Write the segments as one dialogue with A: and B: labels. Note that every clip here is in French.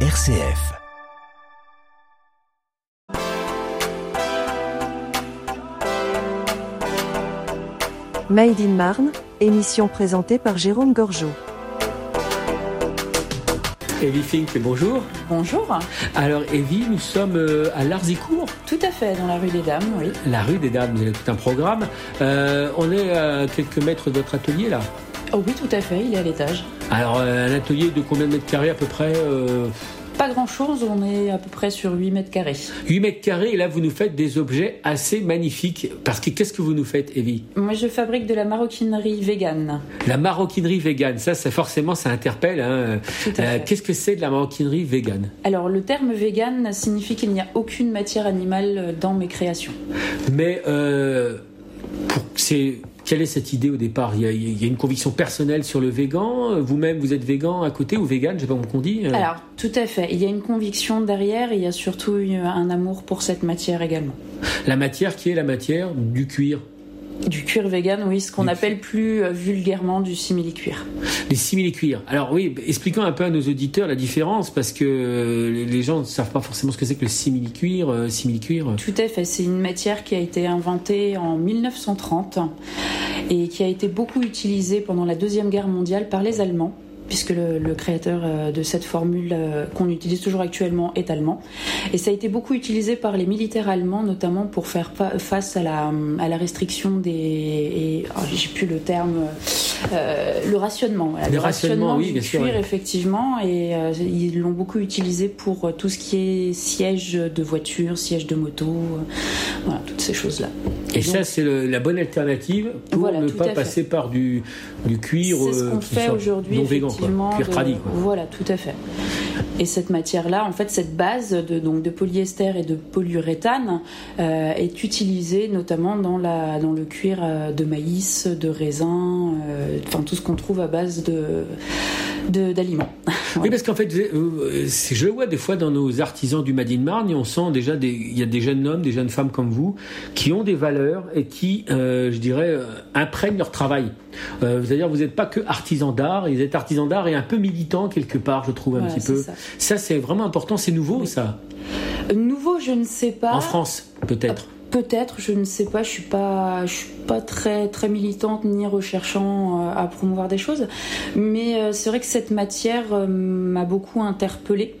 A: RCF.
B: Made in Marne, émission présentée par Jérôme Gorgeau.
C: Evie Fink, bonjour.
D: Bonjour.
C: Alors Evie, nous sommes euh, à Larzicourt,
D: Tout à fait, dans la rue des Dames, oui.
C: la rue des Dames, vous avez tout un programme. Euh, on est à quelques mètres de votre atelier là.
D: Oh oui, tout à fait, il est à l'étage.
C: Alors euh, un atelier de combien de mètres carrés à peu près euh,
D: Pas grand chose, on est à peu près sur 8 mètres carrés.
C: 8 mètres carrés et là vous nous faites des objets assez magnifiques. Parce que qu'est-ce que vous nous faites Evie
D: Moi, je fabrique de la maroquinerie végane.
C: La maroquinerie végane, ça, ça forcément ça interpelle. hein.
D: Tout à fait.
C: qu'est-ce que c'est de la maroquinerie végane
D: Alors, le terme végane signifie qu'il n'y a aucune matière animale euh, dans mes créations.
C: Mais euh, pour- c'est... Quelle est cette idée au départ il y, a, il y a une conviction personnelle sur le végan. Vous-même, vous êtes végan à côté ou végane, je sais pas comment on dit. euh.
D: Alors, tout à fait, il y a une conviction derrière et il y a surtout eu euh, un amour pour cette matière également.
C: La matière qui est la matière du cuir.
D: Du cuir végane, oui, ce qu'on
C: Du
D: appelle plus euh, vulgairement du simili-cuir.
C: Les simili-cuirs. Alors oui, expliquons un peu à nos auditeurs la différence parce que euh, les gens ne savent pas forcément ce que c'est que le simili-cuir. euh, simili-cuir.
D: Tout à fait, c'est une matière qui a été inventée en 1930 et qui a été beaucoup utilisée pendant la Deuxième Guerre mondiale par les Allemands, puisque le, le créateur euh, de cette formule euh, qu'on utilise toujours actuellement est allemand. Et ça a été beaucoup utilisé par les militaires allemands, notamment pour faire fa- face à la, à la restriction des... et- oh, J'ai plus le terme... euh, le rationnement. voilà,
C: Le rationnement, oui,
D: du
C: bien sûr,
D: cuir,
C: oui.
D: effectivement. Et euh, ils l'ont beaucoup utilisé pour euh, tout ce qui est siège de voiture, siège de moto, euh, voilà, toutes ces choses-là.
C: Et ça, c'est le- la bonne alternative pour
D: Voilà,
C: ne
D: tout
C: pas
D: à fait.
C: passer par du, du cuir
D: C'est ce
C: euh,
D: qu'on
C: qui
D: fait
C: soit
D: aujourd'hui,
C: non végan, quoi.
D: effectivement.
C: cuir
D: de-
C: tradi. quoi.
D: Voilà, tout à fait. Et cette matière-là, en fait, cette base de, donc, de polyester et de polyuréthane euh, est utilisée notamment dans, la, dans le cuir euh, de maïs, de raisin, euh, enfin tout ce qu'on trouve à base de de- d'aliments.
C: Oui, parce qu'en fait, vous- euh, c'est- je le vois des fois dans nos artisans du Made in Marne, et on sent déjà des, il y a des jeunes hommes, des jeunes femmes comme vous, qui ont des valeurs et qui, euh, je dirais, euh, imprègnent leur travail. Euh, C'est-à-dire, vous n'êtes pas que artisan d'art, vous êtes artisan d'art et un peu militant quelque part, je trouve un
D: Voilà,
C: petit
D: c'est
C: peu.
D: ça.
C: Ça, c'est vraiment important, c'est nouveau, ça.
D: Nouveau, je ne sais pas.
C: En France, peut-être.
D: Peut-être, je ne sais pas, je suis pas, je suis pas très très militante ni recherchant euh, à promouvoir des choses, mais euh, c'est vrai que cette matière euh, m'a beaucoup interpellée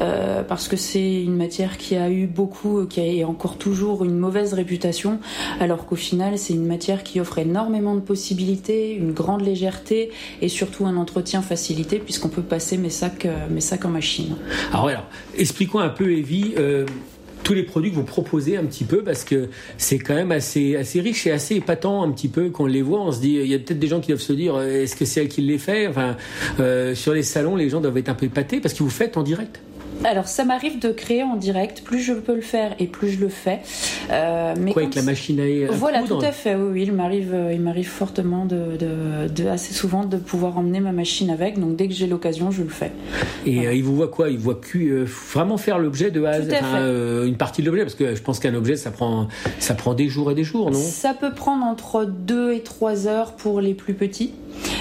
D: euh, parce que c'est une matière qui a eu beaucoup, euh, qui a encore toujours une mauvaise réputation, alors qu'au final c'est une matière qui offre énormément de possibilités, une grande légèreté et surtout un entretien facilité puisqu'on peut passer mes sacs, euh, mes sacs en machine.
C: Alors, voilà, expliquons un peu, Evie, euh, tous les produits que vous proposez un petit peu, parce que c'est quand même assez, assez riche et assez épatant un petit peu qu'on les voit. On se dit, il y a peut-être des gens qui doivent se dire, euh, est-ce que c'est elle qui les fait enfin, euh, Sur les salons, les gens doivent être un peu épatés parce que vous faites en direct.
D: Alors ça m'arrive de créer en direct, plus je peux le faire et plus je le fais. Euh, mais
C: Quoi,
D: quand
C: avec la machine à, à
D: Voilà,
C: coudre
D: tout à fait. Oui, oui, il m'arrive, euh, il m'arrive fortement de, de- de- assez souvent de pouvoir emmener ma machine avec. Donc dès que j'ai l'occasion, je le fais.
C: Et euh, ils vous voient quoi Ils voient que, euh, vraiment faire l'objet de A à Z,
D: Tout à
C: enfin,
D: fait.
C: euh, une partie de l'objet, parce que je pense qu'un objet, ça prend, ça prend des jours et des jours, non
D: Ça peut prendre entre 2 et 3 heures pour les plus petits.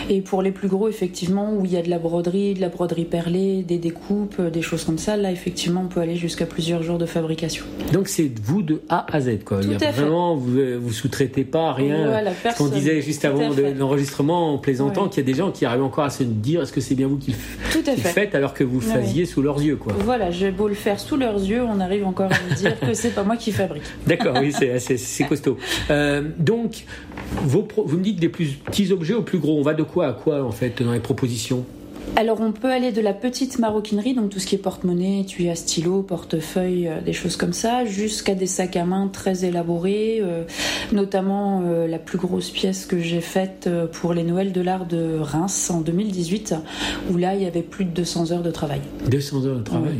D: Et pour les plus gros, effectivement, où il y a de la broderie, de la broderie perlée, des découpes, euh, des choses comme ça, là, effectivement, on peut aller jusqu'à plusieurs jours de fabrication.
C: Donc c'est vous de A à Z quoi.
D: Tout
C: Il y a
D: à fait.
C: vraiment vous euh, vous sous-traitez pas rien.
D: Voilà,
C: Ce qu'on
D: personne.
C: disait juste
D: Tout à
C: avant de-
D: fait.
C: de l'enregistrement en plaisantant
D: Ouais.
C: qu'il y a des gens qui arrivent encore à se dire est-ce que c'est bien vous qui le, f-
D: Tout à
C: qui le
D: fait.
C: faites alors que vous le
D: Ouais,
C: faisiez sous leurs yeux quoi.
D: Voilà, j'ai beau le faire sous leurs yeux, on arrive encore à me dire que c'est pas moi qui fabrique.
C: D'accord, oui c'est c'est- c'est costaud. Euh, donc vos pro- vous me dites des plus petits objets aux plus gros. On va de quoi à quoi en fait dans les propositions
D: Alors on peut aller de la petite maroquinerie, donc tout ce qui est porte-monnaie, tuyau à stylo, portefeuille, euh, des choses comme ça, jusqu'à des sacs à main très élaborés, euh, notamment euh, la plus grosse pièce que j'ai faite euh, pour les Noëls de l'art de Reims en 2018, où là il y avait plus de 200 heures de travail.
C: 200 heures de travail.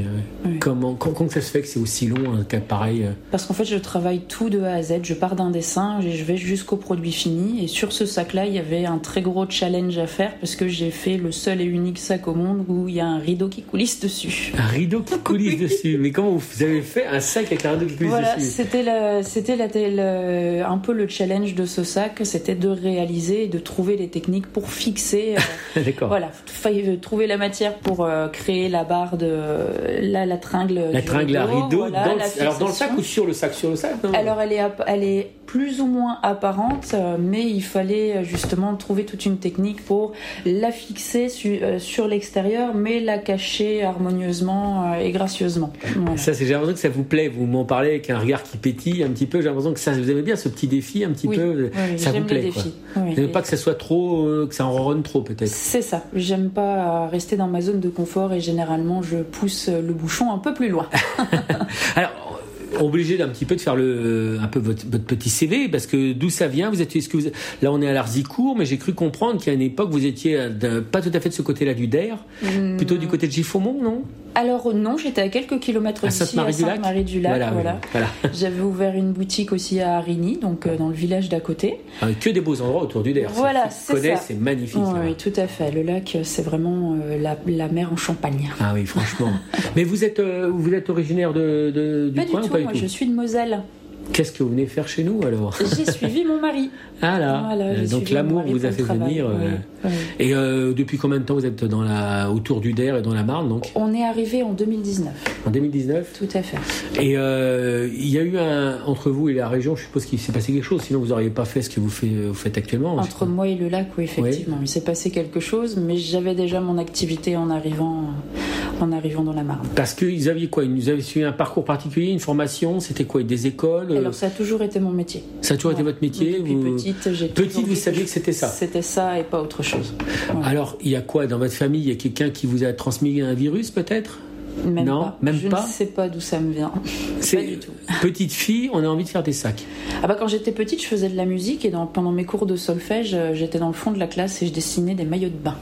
C: ouais.
D: Ouais.
C: Comment comment comment ça se fait que c'est aussi long un cas pareil euh
D: Parce qu'en fait je travaille tout de A à Z, je pars d'un dessin et je vais jusqu'au produit fini, et sur ce sac-là il y avait un très gros challenge à faire parce que j'ai fait le seul et unique sac au monde où il y a un rideau qui coulisse dessus.
C: Un rideau qui coulisse dessus. Mais comment vous avez fait un sac avec un rideau qui coulisse
D: Voilà,
C: dessus
D: c'était la- c'était la- le- un peu le challenge de ce sac, c'était de réaliser et de trouver les techniques pour fixer. euh,
C: Ah, D'accord.
D: Voilà, faille- euh, trouver la matière pour euh, créer la barre de la, la tringle.
C: La
D: du
C: tringle à rideau,
D: voilà,
C: dans le-
D: la
C: alors dans le sac
D: fixation.
C: ou sur le sac Sur le sac non
D: Alors elle est, app- elle est plus ou moins apparente, euh, mais il fallait euh, justement trouver toute une technique pour la fixer su- euh, sur l'extérieur, mais la cacher harmonieusement euh, et gracieusement. Voilà.
C: Ça, c'est j'ai l'impression que ça vous plaît. Vous m'en parlez avec un regard qui pétille un petit peu. J'ai l'impression que ça, vous aimez bien ce petit défi un petit
D: Oui.
C: peu.
D: Oui, oui,
C: ça vous
D: j'aime
C: plaît.
D: les
C: quoi.
D: défis. Oui,
C: Vous n'aimez
D: et-
C: pas que ça soit trop, euh, que ça en ronronne trop peut-être.
D: C'est ça, j'aime pas euh, rester dans ma zone de confort et généralement je pousse euh, le bouchon un peu plus loin.
C: Alors, euh, obligé d'un petit peu de faire le, euh, un peu votre, votre petit CV, parce que d'où ça vient Vous êtes, est-ce que vous, là on est à l'Arzicourt, mais j'ai cru comprendre qu'à une époque vous étiez euh, d'un- pas tout à fait de ce côté-là du Der, plutôt
D: Hmm.
C: du côté de Giffaumont, non
D: Mm. Alors non, j'étais à quelques kilomètres
C: À
D: d'ici, à
C: Sainte-Marie-du-Lac
D: Sainte-Marie-du-Lac. Voilà,
C: oui, voilà.
D: J'avais ouvert une boutique aussi à Arigny, donc euh, dans le village d'à côté.
C: Euh, Que des beaux endroits autour du Der.
D: Voilà,
C: c'est
D: c'est
C: connais,
D: ça.
C: c'est magnifique.
D: Oui,
C: c'est vrai.
D: oui, tout à fait. Le lac, euh, c'est vraiment euh, la, la mer en Champagne.
C: Ah oui, franchement. mais vous êtes, euh, vous êtes originaire de, de- du
D: Pas du
C: coin
D: tout,
C: ou pas
D: moi
C: du tout
D: je suis de Moselle.
C: Qu'est-ce que vous venez faire chez nous alors
D: J'ai suivi mon mari.
C: Ah là,
D: Voilà,
C: euh,
D: j'ai
C: donc
D: suivi mon
C: l'amour
D: mari
C: vous
D: pour
C: a
D: le
C: fait
D: travail,
C: venir. euh,
D: oui, oui.
C: Et euh, depuis combien de temps vous êtes dans la, autour du Der et dans la Marne donc
D: On est arrivé en 2019,
C: En 2019
D: tout à fait.
C: Et euh, il y a eu un entre vous et la région, je suppose qu'il s'est passé quelque chose, sinon vous n'auriez pas fait ce que vous, fait- vous faites actuellement.
D: Entre moi et le lac, oui, effectivement, il s'est passé quelque chose, mais j'avais déjà mon activité en arrivant, euh, en arrivant dans la Marne.
C: Parce que ils avaient quoi Ils avaient suivi un parcours particulier, une formation. C'était quoi Des écoles euh,
D: Alors ça a toujours été mon métier.
C: Ça a toujours été
D: Ouais.
C: votre métier
D: Depuis
C: vous-
D: petite, j'ai
C: Petite,
D: toujours
C: vous
D: dit
C: saviez que c'était ça
D: C'était ça et pas autre chose. Voilà.
C: Alors, il y a quoi dans votre famille Il y a quelqu'un qui vous a transmis un virus peut-être
D: Même
C: non,
D: pas.
C: même
D: je
C: pas
D: ne sais pas d'où ça me vient.
C: C'est-
D: du tout.
C: Petite fille, on a envie de faire des sacs.
D: Ah bah quand j'étais petite, je faisais de la musique et dans- pendant mes cours de solfège, euh, j'étais dans le fond de la classe et je dessinais des maillots de bain.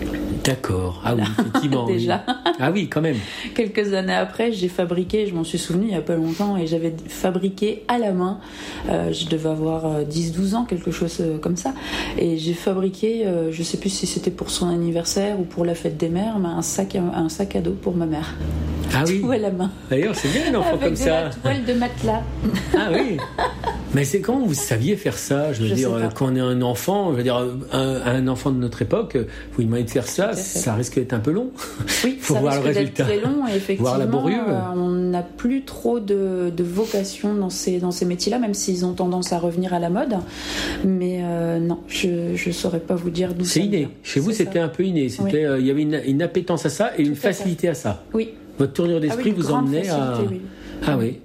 C: D'accord. Ah oui, effectivement. oui.
D: Déjà.
C: Ah oui, quand même.
D: Quelques années après, j'ai fabriqué, je m'en suis souvenu il y a pas longtemps, et j'avais fabriqué à la main, euh, je devais avoir euh, 10-12 ans, quelque chose euh, comme ça, et j'ai fabriqué, euh, je sais plus si c'était pour son anniversaire ou pour la fête des mères, mais un sac, à- un sac à dos pour ma mère.
C: Ah oui.
D: Tout à la main.
C: D'ailleurs, c'est bien un enfant
D: Avec
C: comme
D: de
C: ça.
D: la toile de matelas.
C: Ah oui. Mais c'est quand vous saviez faire ça Je veux
D: Je
C: dire,
D: sais pas.
C: euh, quand on est un enfant, je veux dire, euh, un, un enfant de notre époque, euh, vous lui demandez de faire ça,
D: à fait.
C: ça risque d'être un peu long.
D: Oui,
C: Faut
D: ça
C: voir le
D: risque d'être
C: résultat.
D: très long et effectivement,
C: Voir laborieux.
D: euh, on n'a plus trop de, de vocation dans ces, dans ces métiers-là, même s'ils ont tendance à revenir à la mode. Mais euh, non, je ne saurais pas vous dire d'où ça
C: C'est inné.
D: vient.
C: Chez vous,
D: C'est ça.
C: c'était un peu inné. C'était, euh, il y avait une, une appétence à ça et une
D: à fait.
C: facilité à ça.
D: Oui.
C: Votre tournure
D: Ah oui,
C: d'esprit
D: une
C: vous
D: grande
C: emmenait à.
D: facilité, oui.
C: Ah oui.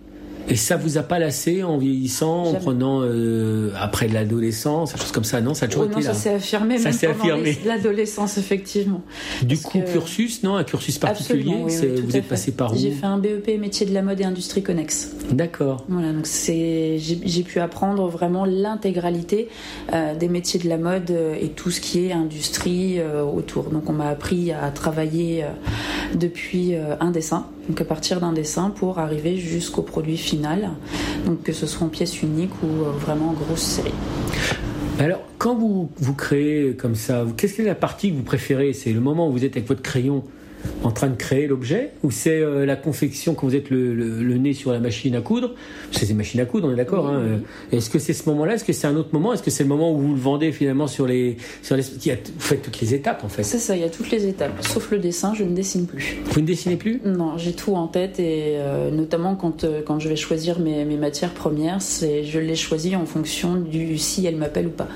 C: Et ça vous a pas lassé en vieillissant, en
D: Jamais.
C: prenant euh, après de l'adolescence, des choses comme ça Non, ça a toujours
D: Oh
C: été
D: non,
C: là.
D: ça s'est affirmé
C: Ça
D: même
C: s'est
D: pendant
C: affirmé.
D: les- l'adolescence, effectivement.
C: Du
D: Parce
C: coup,
D: que-
C: cursus, non Un cursus particulier
D: Absolument, oui, oui,
C: c'est-
D: tout
C: Vous
D: à
C: êtes
D: fait.
C: passé par où
D: J'ai fait un BEP métier de la mode et industrie connexe.
C: D'accord.
D: Voilà, donc c'est j'ai j'ai pu apprendre vraiment l'intégralité euh, des métiers de la mode euh, et tout ce qui est industrie euh, autour. Donc on m'a appris à travailler euh, depuis euh, un dessin, donc à partir d'un dessin pour arriver jusqu'au produit final. Donc que ce soit en pièce unique ou euh, vraiment en grosse série.
C: Alors, quand vous, vous créez comme ça, vous- qu'est-ce que la partie que vous préférez C'est le moment où vous êtes avec votre crayon en train de créer l'objet Ou c'est euh, la confection quand vous êtes le, le- le nez sur la machine à coudre C'est des machines à coudre, on est d'accord
D: Oui,
C: hein,
D: oui.
C: euh, Est-ce que c'est ce moment-là Est-ce que c'est un autre moment Est-ce que c'est le moment où vous le vendez finalement sur les... Sur les qui a- vous faites toutes les étapes en fait.
D: C'est ça, il y a toutes les étapes, sauf le dessin, je ne dessine plus.
C: Vous ne dessinez plus
D: Non, j'ai tout en tête et euh, notamment quand, euh, quand je vais choisir mes, mes matières premières, c'est je les choisis en fonction du si elle m'appelle ou pas.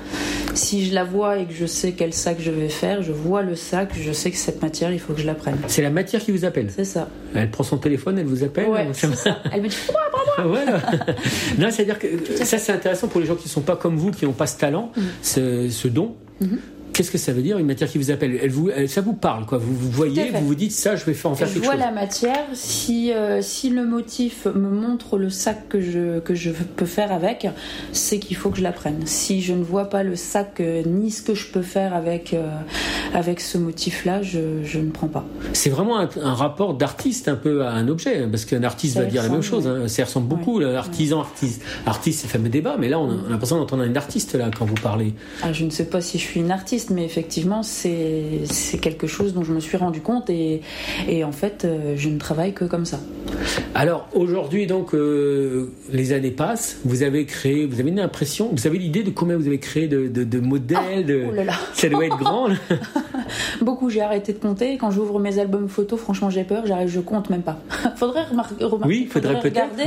D: Si je la vois et que je sais quel sac je vais faire, je vois le sac, je sais que cette matière, il faut que je la prenne.
C: C'est la matière qui vous appelle.
D: C'est ça.
C: Elle prend son téléphone, elle vous appelle.
D: Ouais,
C: ça-
D: c'est ça. Elle me dit Ouah, bravo
C: voilà. non, c'est-à-dire que euh, ça, c'est intéressant pour les gens qui ne sont pas comme vous, qui n'ont pas ce talent,
D: Mm.
C: ce, ce don.
D: Mm-hmm.
C: Qu'est-ce que ça veut dire une matière qui vous appelle elle vous, elle- Ça vous parle, quoi. Vous, vous voyez,
D: Tout à fait.
C: vous vous dites ça, je vais faire en faire
D: Je
C: quelque
D: vois
C: chose.
D: la matière. Si, euh, si le motif me montre le sac que je, que je peux faire avec, c'est qu'il faut que je la prenne. Si je ne vois pas le sac euh, ni ce que je peux faire avec, euh, avec ce motif-là, je, je ne prends pas.
C: C'est vraiment un, un rapport d'artiste un peu à un objet, hein, parce qu'un artiste
D: Ça
C: va dire la même
D: ressemble,
C: chose. hein. Ça ressemble
D: Ouais,
C: beaucoup, là, artisan, artiste. Artiste, c'est le fameux débat, mais là, on a on a l'impression d'entendre une artiste, là, quand vous parlez.
D: Ah, je ne sais pas si je suis une artiste, mais effectivement, c'est c'est quelque chose dont je me suis rendu compte et, et en fait, euh, je ne travaille que comme ça.
C: Alors, aujourd'hui, donc, euh, les années passent, vous avez créé, vous avez une impression, vous avez l'idée de combien vous avez créé de, de- de modèles de...
D: Oh là là,
C: Ça doit être grand, là.
D: beaucoup, j'ai arrêté de compter. Quand j'ouvre mes albums photos, franchement, j'ai peur, j'arrive, je compte même pas. faudrait remar- remarquer.
C: Oui, faudrait peut-être.
D: regarder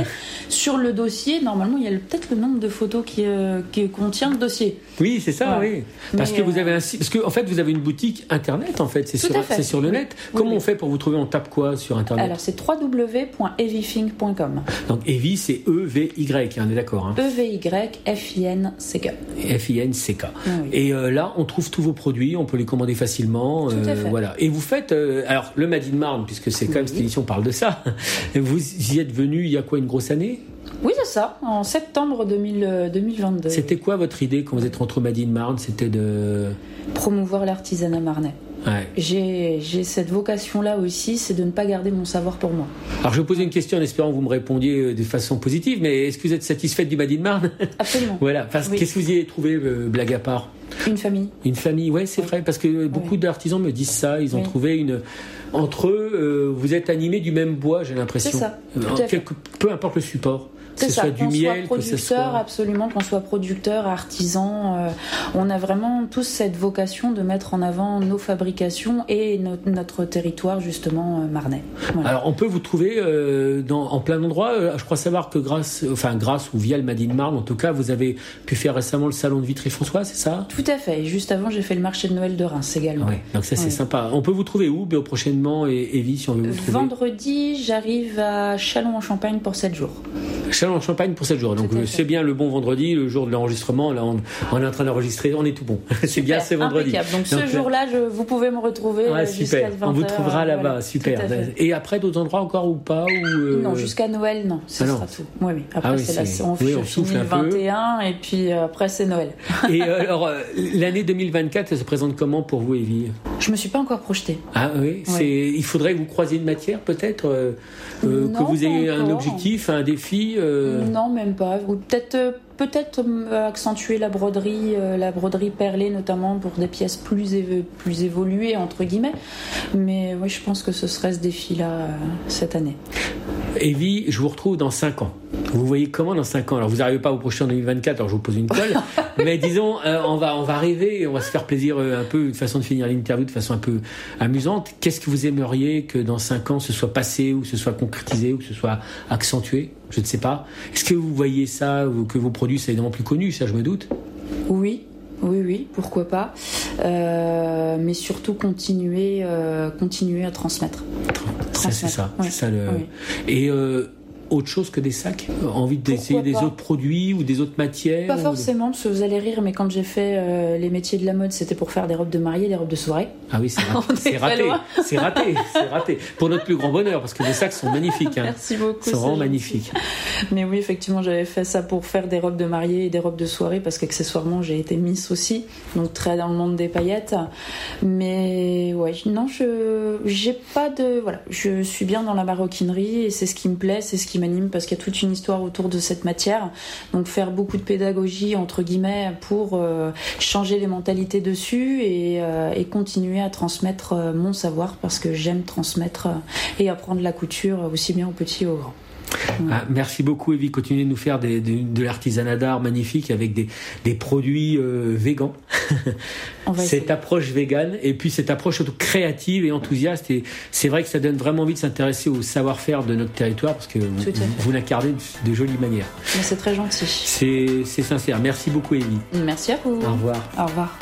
D: sur le dossier. Normalement, il y a le- peut-être le nombre de photos qui, euh, qui contient le dossier.
C: Oui, c'est ça, oui.
D: Ouais.
C: Parce
D: Mais,
C: que vous
D: euh,
C: avez un site- parce que en fait vous avez une boutique internet en fait, c'est
D: Tout
C: sur
D: à fait.
C: c'est sur le
D: Oui.
C: net.
D: Oui,
C: Comment
D: oui.
C: on fait pour vous trouver On tape quoi sur internet
D: Alors, c'est www.evifing.com.
C: Donc Evie c'est E V Y, hein, on est d'accord hein.
D: E E-V-Y-F-I-N-C-K.
C: F I N C K.
D: Oui, Ah oui.
C: Et euh, là, on trouve tous vos produits, on peut les commander facilement. euh,
D: Tout à fait.
C: Voilà. Et vous faites, euh, alors le Made in Marne, puisque c'est quand même
D: Oui.
C: cette émission parle de ça. Vous y êtes venu il y a quoi une grosse année
D: Oui, c'est ça, en septembre 2000, euh, 2022.
C: C'était quoi votre idée quand vous êtes rentré au Made in Marne C'était de,
D: Promouvoir l'artisanat marnais.
C: ouais.
D: J'ai j'ai cette vocation-là aussi, c'est de ne pas garder mon savoir pour moi.
C: Alors je vais poser une question en espérant que vous me répondiez euh, de façon positive, mais est-ce que vous êtes satisfaite du Made in Marne
D: Absolument.
C: Voilà, parce que
D: Oui.
C: qu'est-ce que vous y avez trouvé, euh, blague à part
D: Une famille.
C: Une famille, ouais, c'est vrai, parce que beaucoup d'artisans me disent ça, ils ont
D: Oui.
C: trouvé une... Entre eux, euh, vous êtes animés du même bois, j'ai l'impression.
D: C'est ça,
C: Euh,
D: tout à
C: quelque- Peu importe le support, que
D: C'est
C: ce
D: ça,
C: soit du
D: qu'on
C: miel,
D: soit
C: que ce
D: producteur,
C: soit...
D: absolument, qu'on soit producteur, artisan, euh, on a vraiment tous cette vocation de mettre en avant nos fabrications et no- notre territoire justement euh, marnais. Voilà.
C: Alors on peut vous trouver euh, dans, en plein endroit, Euh, je crois savoir que grâce, enfin grâce ou via le Madine Marne, en tout cas, vous avez pu faire récemment le salon de Vitry-François, c'est ça
D: Tout à fait. Et Juste avant, j'ai fait le marché de Noël de Reims également.
C: Ouais, donc ça c'est
D: Ouais.
C: sympa. On peut vous trouver où Bio prochainement et Evie si on veut vous trouver
D: Euh, Vendredi, j'arrive à Châlons-en-Champagne pour 7 jours.
C: Chalon en Champagne pour 7 jours. Donc
D: Tout à
C: euh,
D: fait.
C: c'est bien le bon vendredi, le jour de l'enregistrement. Là, on, on est en train d'enregistrer, on est tout bon. c'est bien ce
D: Super,
C: vendredi.
D: impeccable. Donc,
C: Donc, euh,
D: ce jour-là, je- vous pouvez me retrouver
C: Ouais,
D: euh, jusqu'à
C: super.
D: 20
C: On vous
D: heures,
C: trouvera
D: euh,
C: là-bas,
D: voilà.
C: super.
D: Tout à fait.
C: Et après d'autres endroits encore ou pas ou, euh,
D: Non, jusqu'à Noël, non, ce
C: Ah non.
D: sera tout. Oui, oui. Après,
C: Ah oui,
D: c'est
C: c'est-
D: la... on,
C: oui, on
D: finit
C: souffle un
D: le
C: peu.
D: 21 et puis euh, après, c'est Noël.
C: Et euh, alors euh, l'année 2024, elle se présente comment pour vous, Evie
D: Je me suis pas encore projetée.
C: Ah oui, c'est il faudrait que vous croisiez une matière peut-être euh, euh,
D: Non,
C: que vous ayez
D: pas
C: un
D: encore.
C: objectif, un défi. euh,
D: Non, même pas. Ou peut-être euh, peut-être euh, accentuer la broderie, euh, la broderie perlée notamment pour des pièces plus, éve- plus évoluées entre guillemets. Mais oui, je pense que ce serait ce défi-là euh, cette année.
C: Evie, je vous retrouve dans 5 ans. Vous voyez comment dans 5 ans Alors, vous n'arrivez pas à vous projeter en 2024, alors je vous pose une colle. mais disons, euh, on, va, on va rêver, on va se faire plaisir euh, un peu, de façon de finir l'interview de façon un peu amusante. Qu'est-ce que vous aimeriez que dans 5 ans ce soit passé, ou que ce soit concrétisé, ou que ce soit accentué Je ne sais pas. Est-ce que vous voyez ça, ou que vos produits soient évidemment plus connus Ça, je me doute.
D: Oui, oui, oui, pourquoi pas. Euh, mais surtout continuer, euh, continuer à transmettre.
C: Ça, c'est ça.
D: Oui.
C: C'est ça le...
D: Oui.
C: Et. euh, autre chose que des sacs Envie d'essayer
D: Pourquoi
C: des
D: pas
C: autres produits ou des autres matières
D: Pas
C: ou des-
D: forcément, parce que vous allez rire, mais quand j'ai fait euh, les métiers de la mode, c'était pour faire des robes de mariée, des robes de soirée.
C: Ah oui, c'est raté.
D: On est
C: C'est
D: pas
C: raté.
D: loin.
C: C'est raté. C'est raté. Pour notre plus grand bonheur, parce que vos sacs sont magnifiques. Hein.
D: Merci beaucoup.
C: Ils sont vraiment
D: c'est
C: magnifiques.
D: gentil. Mais oui, effectivement, j'avais fait ça pour faire des robes de mariée et des robes de soirée, parce qu'accessoirement, j'ai été Miss aussi, donc très dans le monde des paillettes. Mais ouais, non, je j'ai pas de voilà, je suis bien dans la maroquinerie et c'est ce qui me plaît, c'est ce qui m'anime, parce qu'il y a toute une histoire autour de cette matière. Donc faire beaucoup de pédagogie entre guillemets pour euh, changer les mentalités dessus et, euh, et continuer à transmettre euh, mon savoir parce que j'aime transmettre euh, et apprendre la couture euh, aussi bien aux petits aux grands.
C: Ah, merci beaucoup, Evie. Continuez de nous faire des- de, de l'artisanat d'art magnifique avec des, des produits euh, végans.
D: On va essayer.
C: cette approche végane et puis cette approche surtout créative et enthousiaste. Et c'est vrai que ça donne vraiment envie de s'intéresser au savoir-faire de notre territoire parce que vous,
D: Tout à fait.
C: vous l'incarnez de, de jolie manière.
D: Mais C'est très gentil.
C: C'est c'est sincère. Merci beaucoup, Evie.
D: Merci à vous.
C: Au revoir.
D: Au revoir.